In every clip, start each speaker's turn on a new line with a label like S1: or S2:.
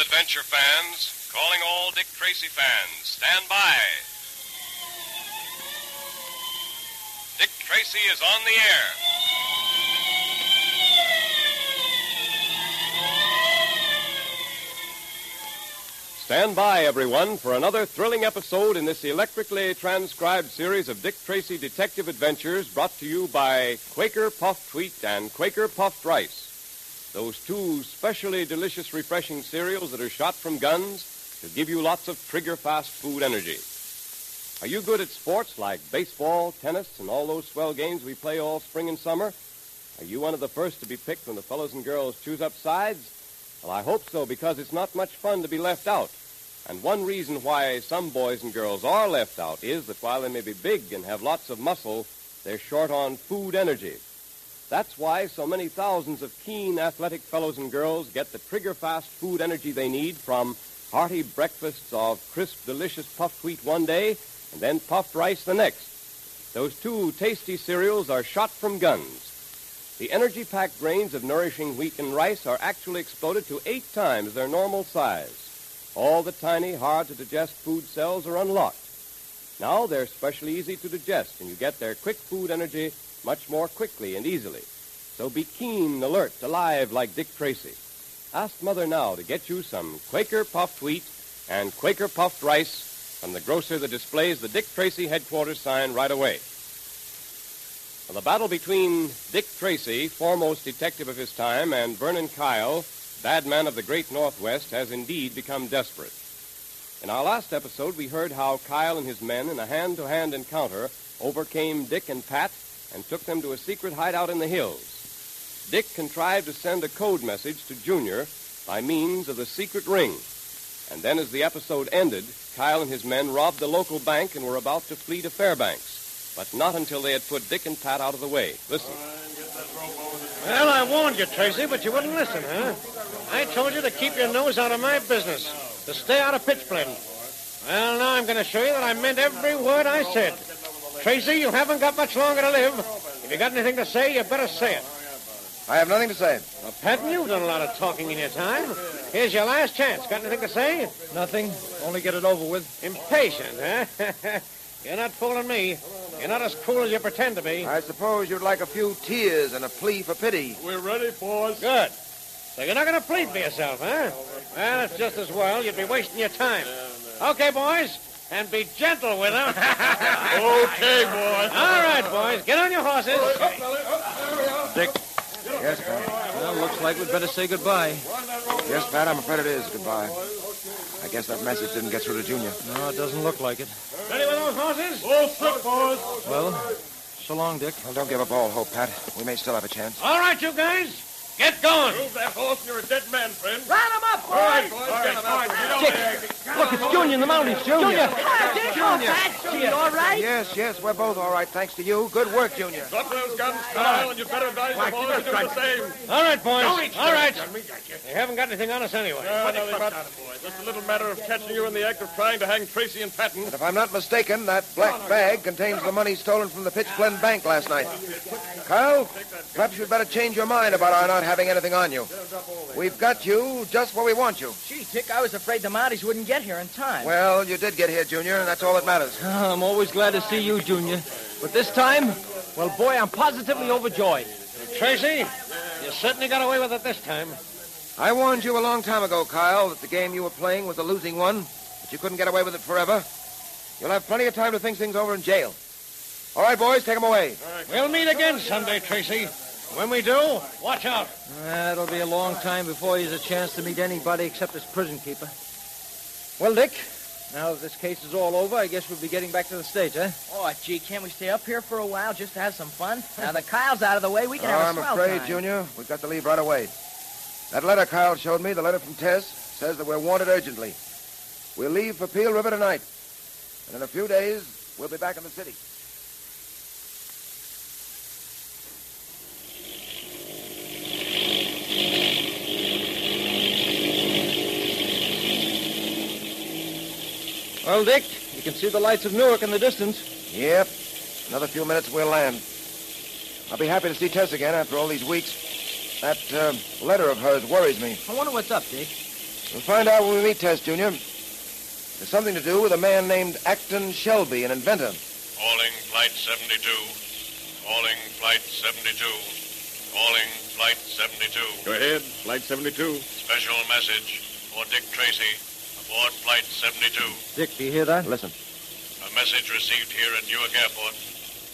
S1: Adventure fans, calling all Dick Tracy fans, stand by. Dick Tracy is on the air. Stand by, everyone, for another thrilling episode in this electrically transcribed series of Dick Tracy Detective Adventures brought to you by Quaker Puffed Wheat and Quaker Puffed Rice. Those two specially delicious, refreshing cereals that are shot from guns to give you lots of trigger fast food energy. Are you good at sports like baseball, tennis, and all those swell games we play all spring and summer? Are you one of the first to be picked when the fellows and girls choose up sides? Well, I hope so because it's not much fun to be left out. And one reason why some boys and girls are left out is that while they may be big and have lots of muscle, they're short on food energy. That's why so many thousands of keen athletic fellows and girls get the trigger fast food energy they need from hearty breakfasts of crisp, delicious puffed wheat one day and then puffed rice the next. Those two tasty cereals are shot from guns. The energy packed grains of nourishing wheat and rice are actually exploded to eight times their normal size. All the tiny, hard to digest food cells are unlocked. Now they're specially easy to digest, and you get their quick food energy much more quickly and easily. So be keen, alert, alive like Dick Tracy. Ask Mother now to get you some Quaker puffed wheat and Quaker puffed rice from the grocer that displays the Dick Tracy headquarters sign right away. Well, the battle between Dick Tracy, foremost detective of his time, and Vernon Kyle, bad man of the great Northwest, has indeed become desperate. In our last episode, we heard how Kyle and his men, in a hand-to-hand encounter, overcame Dick and Pat and took them to a secret hideout in the hills. Dick contrived to send a code message to Junior by means of the secret ring. And then, as the episode ended, Kyle and his men robbed the local bank and were about to flee to Fairbanks, but not until they had put Dick and Pat out of the way. Listen.
S2: Well, I warned you, Tracy, but you wouldn't listen, huh? I told you to keep your nose out of my business, to stay out of pitch blend. Well, now I'm going to show you that I meant every word I said. Tracy, you haven't got much longer to live. If you got anything to say, you better say it.
S3: I have nothing to say.
S2: Well, Patton, you've done a lot of talking in your time. Here's your last chance. Got anything to say?
S3: Nothing. Only get it over with.
S2: Impatient, huh? You're not fooling me. You're not as cool as you pretend to be.
S3: I suppose you'd like a few tears and a plea for pity.
S4: We're ready, boys.
S2: Good. So you're not going to plead for yourself, huh? Well, it's just as well. You'd be wasting your time. Okay, boys, and be gentle with them.
S4: Okay, boys.
S2: All right, boys, get on your horses.
S3: Yes, Pat.
S5: Well, looks like we'd better say goodbye.
S3: Yes, Pat, I'm afraid it is. Goodbye. I guess that message didn't get through to Junior.
S5: No, it doesn't look like it.
S2: Ready with those horses?
S4: Full trip, boys.
S5: Well, so long, Dick.
S3: Well, don't give up all hope, Pat. We may still have a chance.
S2: All right, you guys, get going.
S4: Move that horse and you're a dead man, friend.
S6: Round him up, boys!
S4: All right, boys, get him out. Get over there.
S5: Look, it's Junior in the mountains, Junior.
S6: Come on, Dick, old fat. Junior, all right?
S3: Yes, yes, we're both all right, thanks to you. Good work, Junior.
S4: Drop those guns, Kyle, and you better value the boys and do the same.
S2: All right, boys. All right. They haven't got anything on us anyway.
S4: No, no, they're not. Just a little matter of catching you in the act of trying to hang Tracy and Patton.
S3: If I'm not mistaken, that black bag contains the money stolen from the Pitch Blend Bank last night. Kyle, perhaps you'd better change your mind about our not having anything on you. We've got you just where we want you.
S6: Gee, Dick, I was afraid the Mounties wouldn't get here in time.
S3: Well, you did get here, Junior, and that's all that matters.
S5: Ah, I'm always glad to see you, Junior. But this time, well, boy, I'm positively overjoyed.
S2: Tracy, you certainly got away with it this time.
S3: I warned you a long time ago, Kyle, that the game you were playing was a losing one, but you couldn't get away with it forever. You'll have plenty of time to think things over in jail. All right, boys, take 'em away.
S2: We'll meet again someday, Tracy. When we do, watch out.
S5: That'll be a long time before he has a chance to meet anybody except his prison keeper. Well, Dick, now that this case is all over, I guess we'll be getting back to the States, eh?
S6: Oh, gee, can't we stay up here for a while just to have some fun? Now that Kyle's out of the way, we can
S3: Oh,
S6: have
S3: I'm
S6: a swell
S3: afraid,
S6: time.
S3: Junior, we've got to leave right away. That letter Kyle showed me, the letter from Tess, says that we're wanted urgently. We'll leave for Peel River tonight. And in a few days, we'll be back in the city.
S5: Well, Dick, you can see the lights of Newark in the distance.
S3: Yep. Another few minutes, we'll land. I'll be happy to see Tess again after all these weeks. That uh, letter of hers worries me.
S5: I wonder what's up, Dick.
S3: We'll find out when we meet Tess, Junior. It's something to do with a man named Acton Shelby, an inventor.
S4: Calling Flight 72. Calling Flight 72. Calling Flight 72.
S1: Go ahead, Flight 72.
S4: Special message for Dick Tracy aboard Flight 72.
S5: Dick, do you hear that?
S3: Listen.
S4: A message received here at Newark Airport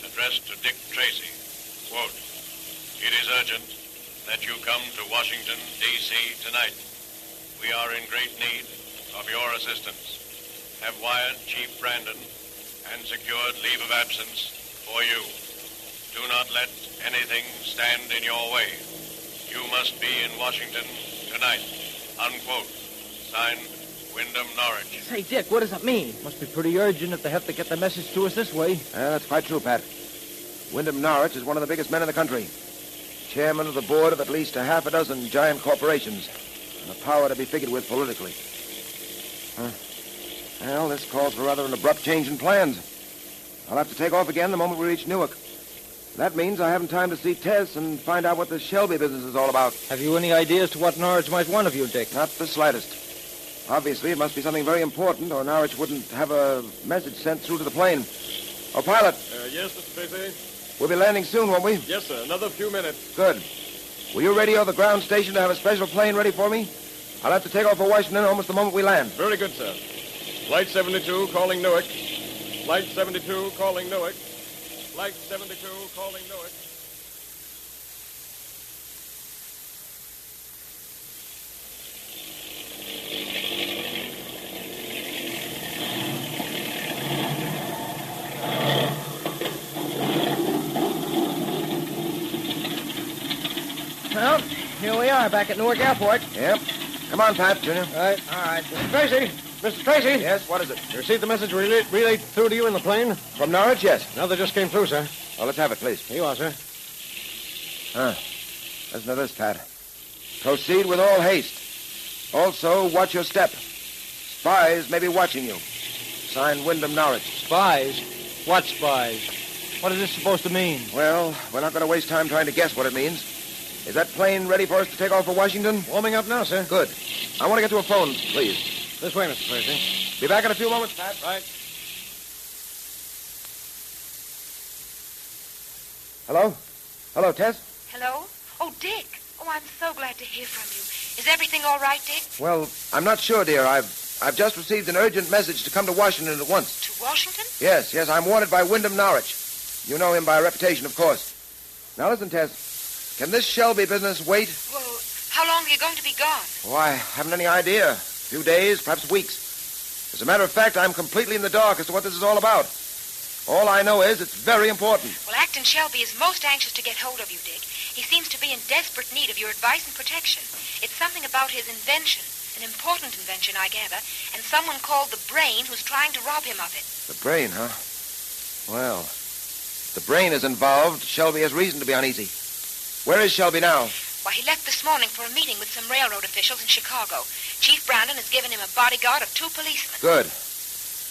S4: addressed to Dick Tracy. Quote, It is urgent that you come to Washington, D.C. tonight. We are in great need of your assistance. Have wired Chief Brandon and secured leave of absence for you. Do not let anything stand in your way. You must be in Washington tonight. Unquote. Signed, Wyndham Norwich.
S6: Say, Dick, what does it mean?
S5: Must be pretty urgent if they have to get the message to us this way.
S3: Yeah, Uh, that's quite true, Pat. Wyndham Norwich is one of the biggest men in the country. Chairman of the board of at least a half a dozen giant corporations. And a power to be figured with politically. Huh. Well, this calls for rather an abrupt change in plans. I'll have to take off again the moment we reach Newark. That means I haven't time to see Tess and find out what the Shelby business is all about.
S5: Have you any ideas to what Norwich might want of you, Dick?
S3: Not the slightest. Obviously, it must be something very important, or Norwich wouldn't have a message sent through to the plane. Oh, pilot,
S4: Uh, yes, Mr. Tracy?
S3: we'll be landing soon, won't we?
S4: Yes, sir. Another few minutes.
S3: Good. Will you radio the ground station to have a special plane ready for me? I'll have to take off for Washington almost the moment we land.
S4: Very good, sir. Flight 72 calling Newark. Flight 72 calling Newark. Flight 72 calling Newark.
S6: Well, here we are back at Newark Airport.
S3: Yep. Come on, Pat, Junior.
S5: All right.
S6: All right.
S2: Tracy! Mr. Tracy!
S3: Yes, what is it?
S2: You received the message relayed, relayed through to you in the plane?
S3: From Norwich, yes.
S2: Another just came through, sir.
S3: Well, let's have it, please.
S2: Here you are, sir.
S3: Listen to this, Pat. Proceed with all haste. Also, watch your step. Spies may be watching you. Signed Wyndham Norwich.
S5: Spies? What spies? What is this supposed to mean?
S3: Well, we're not going to waste time trying to guess what it means. Is that plane ready for us to take off for Washington?
S2: Warming up now, sir.
S3: Good. I want to get to a phone, please.
S2: This way, Mr. Tracy.
S3: Be back in a few moments, Pat.
S2: Right.
S3: Hello? Hello, Tess?
S7: Hello? Oh, Dick. Oh, I'm so glad to hear from you. Is everything all right, Dick?
S3: Well, I'm not sure, dear. I've I've just received an urgent message to come to Washington at once.
S7: To Washington?
S3: Yes, yes, I'm wanted by Wyndham Norwich. You know him by reputation, of course. Now listen, Tess. Can this Shelby business wait?
S7: Well, how long are you going to be gone?
S3: Oh, I haven't any idea. A few days, perhaps weeks. As a matter of fact, I'm completely in the dark as to what this is all about. All I know is it's very important.
S7: Well, Acton Shelby is most anxious to get hold of you, Dick. He seems to be in desperate need of your advice and protection. It's something about his invention, an important invention, I gather, and someone called the Brain who's trying to rob him of it.
S3: The brain, huh? Well, if the brain is involved. Shelby has reason to be uneasy. Where is Shelby now?
S7: Why, he left this morning for a meeting with some railroad officials in Chicago. Chief Brandon has given him a bodyguard of two policemen.
S3: Good.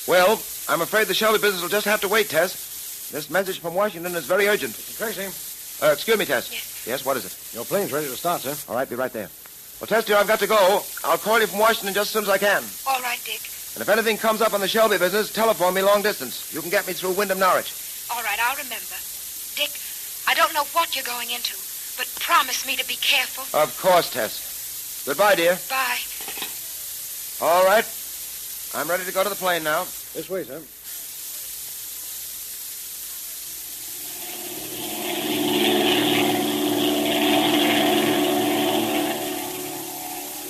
S3: Well, I'm afraid the Shelby business will just have to wait, Tess. This message from Washington is very urgent.
S2: Mr. Tracy.
S3: Uh, excuse me, Tess.
S7: Yes.
S3: Yes, what is it?
S2: Your plane's ready to start, sir.
S3: All right, be right there. Well, Tess, dear, I've got to go. I'll call you from Washington just as soon as I can.
S7: All right, Dick.
S3: And if anything comes up on the Shelby business, telephone me long distance. You can get me through Wyndham, Norwich.
S7: All right, I'll remember. Dick, I don't know what you're going into, but promise me to be careful.
S3: Of course, Tess. Goodbye, dear.
S7: Bye.
S3: All right. I'm ready to go to the plane now.
S2: This way, sir.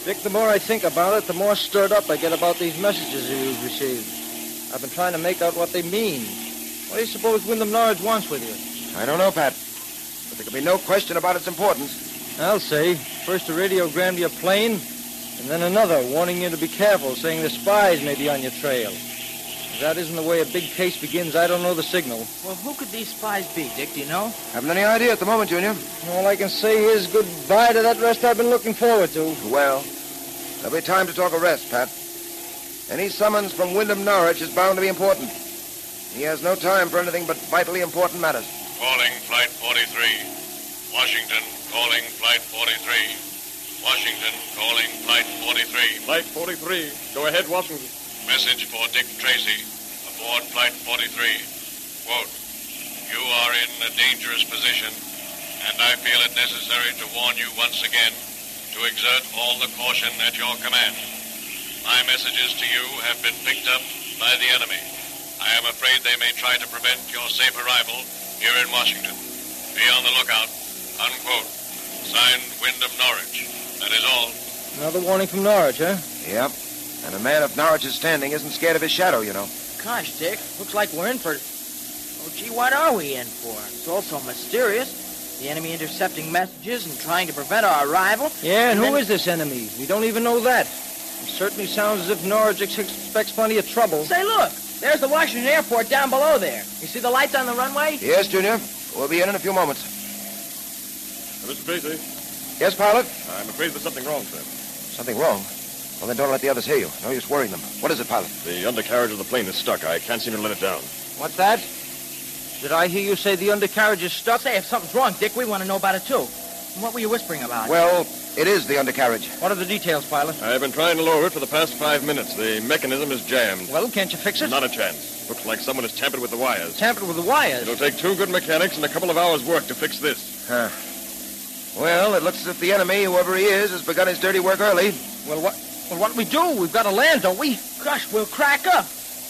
S5: Dick, the more I think about it, the more stirred up I get about these messages that you've received. I've been trying to make out what they mean. What do you suppose Wyndham Norwich wants with you?
S3: I don't know, Pat. But there can be no question about its importance.
S5: I'll say. First a radiogram to your plane, and then another warning you to be careful, saying the spies may be on your trail. If that isn't the way a big case begins, I don't know the signal.
S6: Well, who could these spies be, Dick? Do you know?
S3: Haven't any idea at the moment, Junior.
S5: All I can say is goodbye to that rest I've been looking forward to.
S3: Well, there'll be time to talk arrest, Pat. Any summons from Wyndham Norwich is bound to be important. He has no time for anything but vitally important matters.
S4: Calling Flight 43. Washington calling Flight 43. Washington calling Flight 43.
S1: Flight 43. Go ahead, Washington.
S4: Message for Dick Tracy aboard Flight 43. Quote, you are in a dangerous position, and I feel it necessary to warn you once again to exert all the caution at your command. My messages to you have been picked up by the enemy. I am afraid they may try to prevent your safe arrival here in Washington. Be on the lookout. Unquote. Signed, Wyndham Norwich. That is all.
S5: Another warning from Norwich, huh?
S3: Yep. And a man of Norwich's standing isn't scared of his shadow, you know.
S6: Gosh, Dick, looks like we're in for. Oh, gee, what are we in for? It's all so mysterious. The enemy intercepting messages and trying to prevent our arrival.
S5: Yeah, and,
S6: And
S5: who is
S6: then-
S5: this enemy? We don't even know that. It certainly sounds as if Norwich ex- expects plenty of trouble.
S6: Say, look, there's the Washington Airport down below there. You see the lights on the runway?
S3: Yes, Junior. We'll be in in a few moments.
S1: Mr. Tracy,
S3: Yes, pilot?
S1: I'm afraid there's something wrong, sir.
S3: Something wrong? Well, then don't let the others hear you. No use worrying them. What is it, pilot?
S1: The undercarriage of the plane is stuck. I can't seem to let it down.
S5: What's that? Did I hear you say the undercarriage is stuck?
S6: Say, if something's wrong, Dick, we want to know about it, too. What were you whispering about?
S3: Well, it is the undercarriage.
S5: What are the details, pilot?
S1: I've been trying to lower it for the past five minutes. The mechanism is jammed.
S5: Well, can't you fix it?
S1: Not a chance. Looks like someone has tampered with the wires.
S5: Tampered with the wires.
S1: It'll take two good mechanics and a couple of hours' work to fix this.
S3: Well, it looks as if the enemy, whoever he is, has begun his dirty work early.
S5: Well, what? Well, what do we do? We've got to land, don't we?
S6: Gosh, we'll crack up.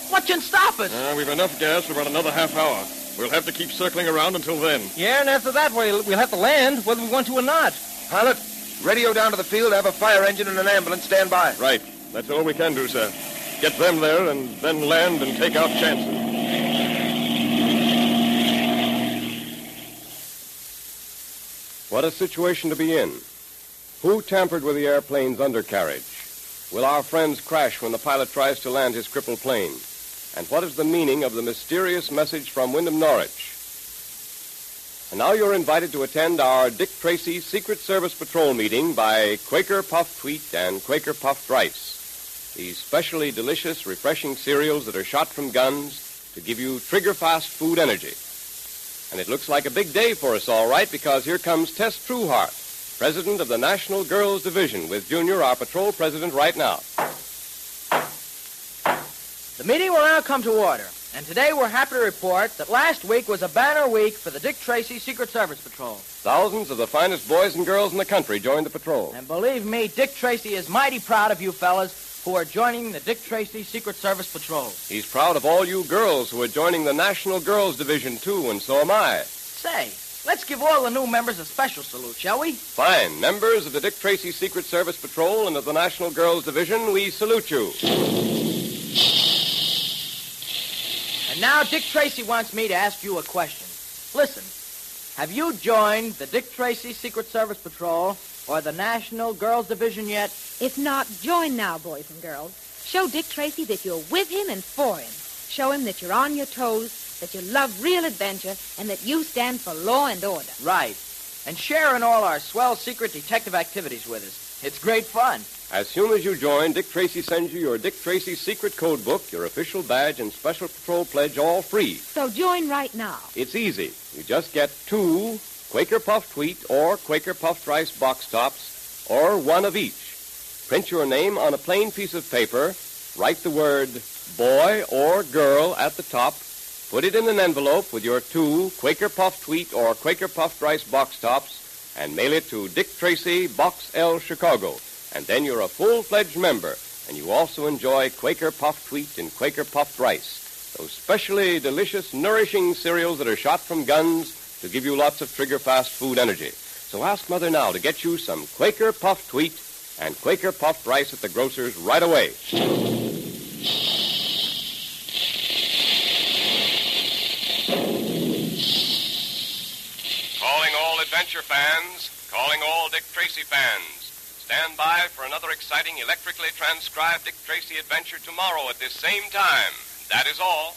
S6: What can stop us?
S1: Uh, we've enough gas for about another half hour. We'll have to keep circling around until then.
S5: Yeah, and after that, we'll, we'll have to land, whether we want to or not.
S3: Pilot, radio down to the field, have a fire engine and an ambulance stand by.
S1: Right. That's all we can do, sir. Get them there and then land and take our chances. What a situation to be in. Who tampered with the airplane's undercarriage? Will our friends crash when the pilot tries to land his crippled plane? And what is the meaning of the mysterious message from Wyndham Norwich? And now you're invited to attend our Dick Tracy Secret Service Patrol meeting by Quaker Puffed Wheat and Quaker Puffed Rice. These specially delicious, refreshing cereals that are shot from guns to give you trigger-fast food energy. And it looks like a big day for us, all right, because here comes Tess Trueheart, president of the National Girls Division, with Junior, our patrol president, right now.
S6: The meeting will now come to order, and today we're happy to report that last week was a banner week for the Dick Tracy Secret Service Patrol.
S1: Thousands of the finest boys and girls in the country joined the patrol.
S6: And believe me, Dick Tracy is mighty proud of you fellas who are joining the Dick Tracy Secret Service Patrol.
S1: He's proud of all you girls who are joining the National Girls Division, too, and so am I.
S6: Say, let's give all the new members a special salute, shall we?
S1: Fine. Members of the Dick Tracy Secret Service Patrol and of the National Girls Division, we salute you.
S6: And now Dick Tracy wants me to ask you a question. Listen, have you joined the Dick Tracy Secret Service Patrol or the National Girls Division yet?
S8: If not, join now, boys and girls. Show Dick Tracy that you're with him and for him. Show him that you're on your toes, that you love real adventure, and that you stand for law and order.
S6: Right. And share in all our swell secret detective activities with us. It's great fun.
S1: As soon as you join, Dick Tracy sends you your Dick Tracy Secret Code Book, your official badge, and Special Patrol Pledge all free.
S8: So join right now.
S1: It's easy. You just get two Quaker Puffed Wheat or Quaker Puffed Rice box tops, or one of each. Print your name on a plain piece of paper, write the word boy or girl at the top, put it in an envelope with your two Quaker Puffed Wheat or Quaker Puffed Rice box tops, and mail it to Dick Tracy, Box L, Chicago. And then you're a full-fledged member, and you also enjoy Quaker Puffed Wheat and Quaker Puffed Rice. Those specially delicious, nourishing cereals that are shot from guns to give you lots of trigger fast food energy. So ask Mother now to get you some Quaker puffed wheat and Quaker puffed rice at the grocer's right away.
S4: Calling all adventure fans, calling all Dick Tracy fans. Stand by for another exciting electrically transcribed Dick Tracy adventure tomorrow at this same time. That is all.